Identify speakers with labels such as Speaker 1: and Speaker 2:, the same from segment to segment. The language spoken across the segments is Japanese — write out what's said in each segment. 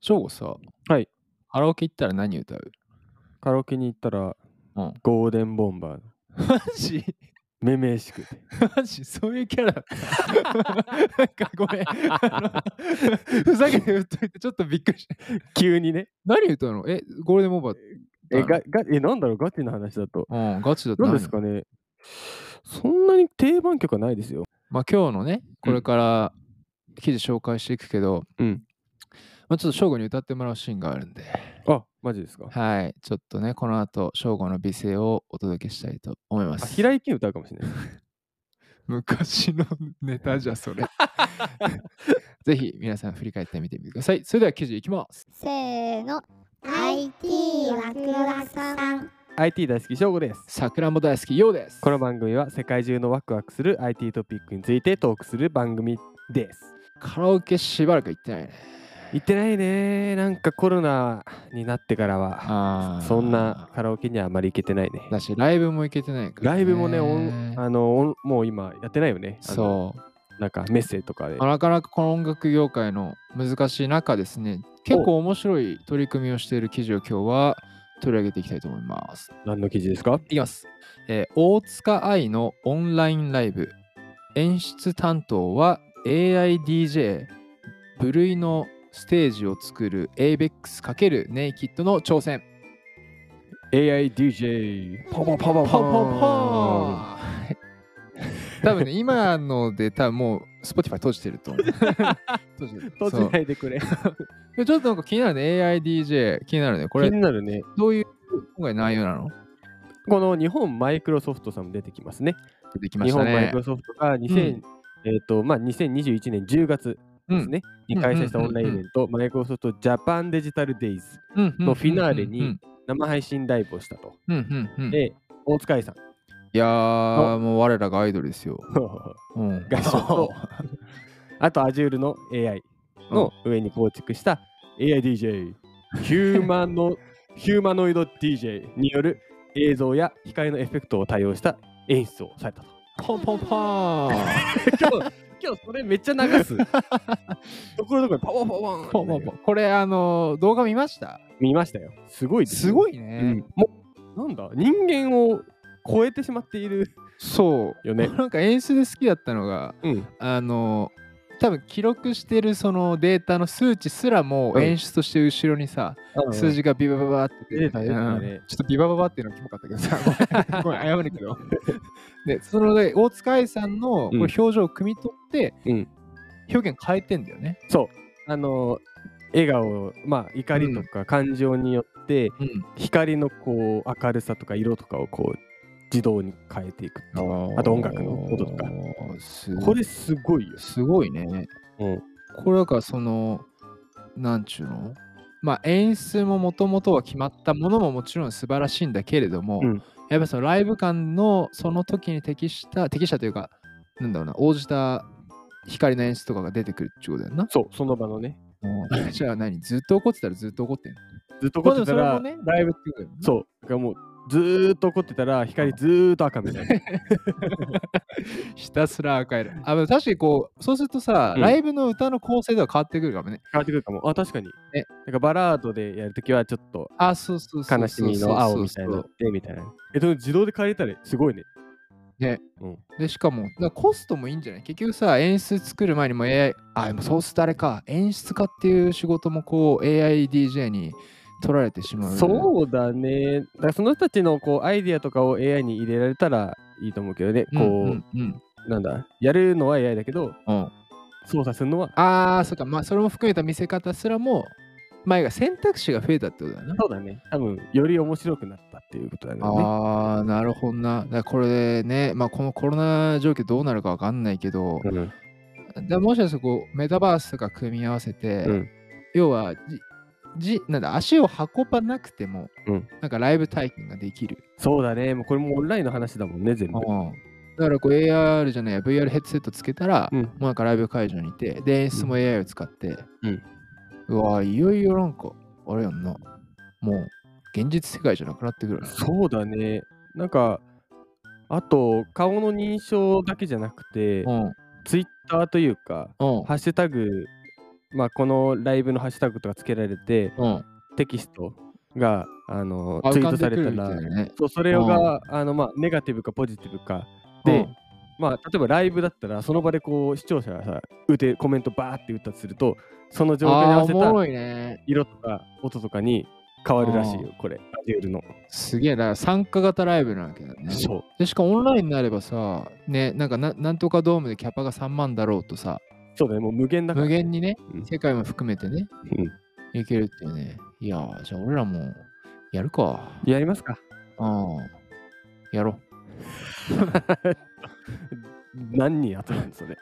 Speaker 1: 翔吾さ、
Speaker 2: はい。
Speaker 1: カラオケ行ったら何歌う
Speaker 2: カラオケに行ったら、
Speaker 1: うん
Speaker 2: ゴーデンボンバーの
Speaker 1: マジ
Speaker 2: めめしくて
Speaker 1: マジそういうキャラ なんかごめん。あのふざけて言っといてちょっとびっくりした。
Speaker 2: 急に ね
Speaker 1: 何歌うのえ、ゴールデンボンバー。
Speaker 2: えががえなんだろうガチな話だと
Speaker 1: うん、ガチだった
Speaker 2: 何ですかねそんなに定番曲はないですよ
Speaker 1: まあ今日のね、これから記事紹介していくけど、
Speaker 2: うん
Speaker 1: まあ、ちょっと翔吾に歌ってもらうシーンがあるんで、
Speaker 2: あマジですか
Speaker 1: はい、ちょっとね、この後、翔吾の美声をお届けしたいと思いま
Speaker 2: あ
Speaker 1: す。
Speaker 2: 平井堅歌うかもしれない
Speaker 1: 昔のネタじゃそ れ。ぜひ皆さん振り返ってみてみてください。それでは記事いきます。
Speaker 3: せーの IT ワクワクさん
Speaker 2: IT 大好き翔吾です
Speaker 1: さくらんぼ大好き、ようです。
Speaker 2: この番組は世界中のワクワクする IT トピックについてトークする番組です
Speaker 1: カラオケしばらく行ってないね。
Speaker 2: 行ってないねなんかコロナになってからは
Speaker 1: あー
Speaker 2: そんな。カラオケにはあまり行けてないね
Speaker 1: だし、ライブも行けてないから、
Speaker 2: ライブもね、オンあのオンもう今やってないよね。あの
Speaker 1: そう。
Speaker 2: なんかメッセとかで
Speaker 1: ま。あなかなかこの音楽業界の難しい中ですね、結構面白い取り組みをしている記事を今日は取り上げていきたいと思います。
Speaker 2: 何の記事ですか
Speaker 1: いきます。えー大塚愛のオンラインライブ。演出担当は AIDJ 部類のステージを作る ABEX× ネイキッドの挑戦。
Speaker 2: ?AIDJ。パパパパ
Speaker 1: パパパーン 多分ね、今ので多分もう Spotify 閉じてる と思う。閉じてる
Speaker 2: パ閉じないでくれ。
Speaker 1: でちょっとなんか気になるね、AIDJ 気になるね。これ
Speaker 2: 気になるね。
Speaker 1: どういう今回内容なの
Speaker 2: この日本マイクロソフトさんも出てきますね。
Speaker 1: できま
Speaker 2: 日
Speaker 1: した
Speaker 2: 本マイ
Speaker 1: ね
Speaker 2: ク。ロソフトが2000、
Speaker 1: うん
Speaker 2: えーとまあ、2021年10月ですね、
Speaker 1: うん
Speaker 2: に開催したオンラインイベント、マイクロソフトジャパンデジタルデイズのフィナーレに
Speaker 1: うん
Speaker 2: 生配信ライブをしたと。
Speaker 1: うんうんうんうん
Speaker 2: で、大塚愛 さん、
Speaker 1: いやー、もう我らがアイドルですよ。 うん
Speaker 2: 合唱とあと Azure の AI の上に構築した AIDJ、ヒューマ ノヒューマノイド DJ による映像や光のエフェクトを対応した演出をされたと。
Speaker 1: ポンポンポーン
Speaker 2: 今日それめっちゃ流 す。ところどころパワパワ
Speaker 1: ポンポンポン。これ、あのー、動画見ました
Speaker 2: 見ましたよ。すごいですよ。
Speaker 1: すご
Speaker 2: い、
Speaker 1: いうね。
Speaker 2: ん、もうなんだ人間を超えてしまっている。
Speaker 1: そう。
Speaker 2: よね
Speaker 1: なんか演出で好きだったのが、
Speaker 2: うん、
Speaker 1: あのー、多分記録してるそのデータの数値すらも
Speaker 2: うん
Speaker 1: 演出として後ろにさ、数字がビバババって出てた
Speaker 2: 出てた
Speaker 1: うん
Speaker 2: ね
Speaker 1: ちょっとビバババっていうのはキモかったけどさ、 ごめん、ごめん謝るけど。で、そのね大塚愛さんのこ
Speaker 2: う
Speaker 1: れ
Speaker 2: ん
Speaker 1: 表情を汲み取って、
Speaker 2: うん
Speaker 1: 表現変えてんだよね。
Speaker 2: あの笑顔、まあ、怒りとか感情によって、
Speaker 1: うん。
Speaker 2: 光のこう明るさとか色とかをこう自動に変えていくっていうあと音楽の音とか。
Speaker 1: すご
Speaker 2: こ
Speaker 1: い
Speaker 2: れすごいよ。
Speaker 1: すごいね。
Speaker 2: うん
Speaker 1: これだからその、なんちゅうのまあ演出ももともとは決まったものももちろん素晴らしいんだけれども、
Speaker 2: うん
Speaker 1: やっぱそのライブ感のその時に適した適したというかなんだろうな応じた光の演出とかが出てくるってことだよな。
Speaker 2: そう、その場のね。
Speaker 1: じゃあ何ずっと怒ってたらずっと怒ってんの
Speaker 2: ずっと怒っ
Speaker 1: ま
Speaker 2: て
Speaker 1: あで
Speaker 2: た
Speaker 1: もそれ
Speaker 2: ら、
Speaker 1: もねライブってことだよね
Speaker 2: そう、だからもうずーっと怒ってたら光ずーっと赤みたいな。
Speaker 1: ひたすら赤いのあでも確かにこうそうするとさ、
Speaker 2: うん
Speaker 1: ライブの歌の構成では変わってくるかもね。
Speaker 2: 変わってくるかも。あ、確かに。
Speaker 1: ね
Speaker 2: なんかバラードでやるときはちょっと
Speaker 1: あそうそうそうそう
Speaker 2: 悲しみの青みたいになってみたいな。え、でも自動で変えれたらすごいね。
Speaker 1: でしかもだからコストもいいんじゃない結局さ演出作る前にも AI あでもそうするとあれか演出家っていう仕事もこう AIDJ に取られてしまう。
Speaker 2: そうだね。だからその人たちのこうアイディアとかを AI に入れられたらいいと思うけどね。
Speaker 1: うんうん
Speaker 2: こ
Speaker 1: うん
Speaker 2: う、なんだ、やるのは AI だけど、
Speaker 1: うん
Speaker 2: 操作するのは
Speaker 1: ああ、そっか、まあ、それも含めた見せ方すらも、前が選択肢が増えたってことだな。
Speaker 2: そうだね。多分より面白くなったっていうことだね。
Speaker 1: ああ、なるほどな。だからこれでね、まあ、このコロナ状況どうなるかわかんないけど、
Speaker 2: うん
Speaker 1: だからもしかしたらこうメタバースとか組み合わせて、
Speaker 2: うん
Speaker 1: 要はじじなんだ足を運ばなくても、
Speaker 2: うん
Speaker 1: なんかライブ体験ができる。
Speaker 2: そうだね。もうこれもオンラインの話だもんね、全部。
Speaker 1: だからこう AR じゃないや VR ヘッドセットつけたら、
Speaker 2: うん
Speaker 1: もうなんかライブ会場にいて、で演出も AI を使って、
Speaker 2: うん
Speaker 1: うわいよいよなんか、あれやんな、もう現実世界じゃなくなってくるな。
Speaker 2: そうだね。なんか、あと、顔の認証だけじゃなくて、
Speaker 1: うん、
Speaker 2: ツイッターというか、
Speaker 1: うん、
Speaker 2: ハッシュタグまあ、このライブのハッシュタグとかつけられて、
Speaker 1: うん。
Speaker 2: テキストがあの
Speaker 1: あ
Speaker 2: ツ
Speaker 1: 浮
Speaker 2: イ
Speaker 1: か
Speaker 2: ー
Speaker 1: ん
Speaker 2: トさ
Speaker 1: でくる
Speaker 2: れた
Speaker 1: みた
Speaker 2: ら
Speaker 1: い、なね。
Speaker 2: そうそれが、あのまあ、ネガティブかポジティブかで、
Speaker 1: うん
Speaker 2: まあ、例えばライブだったら、その場でこう視聴者がさ、打てコメントバーって打ったとすると、その状況に合
Speaker 1: あ
Speaker 2: わ
Speaker 1: ー
Speaker 2: せ
Speaker 1: おも
Speaker 2: た
Speaker 1: ろいね。
Speaker 2: 色とか音とかに変わるらしいよ、これ、アデュールの。
Speaker 1: すげえ、だから参加型ライブなわけだね。
Speaker 2: そう。
Speaker 1: でしかもオンラインになればさ、ね、なんかななんとかドームでキャパが3万だろうとさ、
Speaker 2: そうだね、もう無限だから。
Speaker 1: 無限にね、
Speaker 2: うん
Speaker 1: 世界も含めてね、いけるっていうね。いやー、じゃあ俺らもやるか。
Speaker 2: うんやりますか
Speaker 1: うん。やろう。
Speaker 2: 何人集まるんそれ。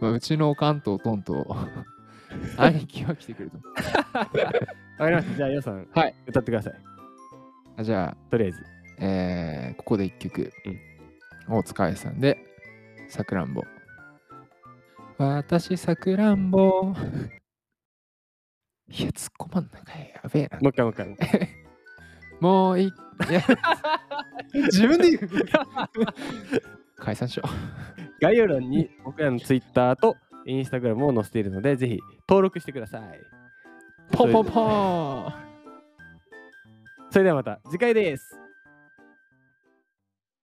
Speaker 1: まあ、うちの関東トン と兄貴は来てくると思う
Speaker 2: わかりました。じゃあ、皆さん、
Speaker 1: はい
Speaker 2: 歌ってください。
Speaker 1: あじゃ
Speaker 2: とりあえず。
Speaker 1: あ、えーここで一曲、大塚愛さんで「さくらんぼ」私さくらんぼいや突っ込まんなかいやべえな
Speaker 2: もう一回、もう一回。
Speaker 1: もういいいや 自分で言う解散しよ
Speaker 2: 概要欄に僕らの Twitter と Instagram を載せているので、ぜひ登録してください。
Speaker 1: うポンポンポン
Speaker 2: それではまた次回です。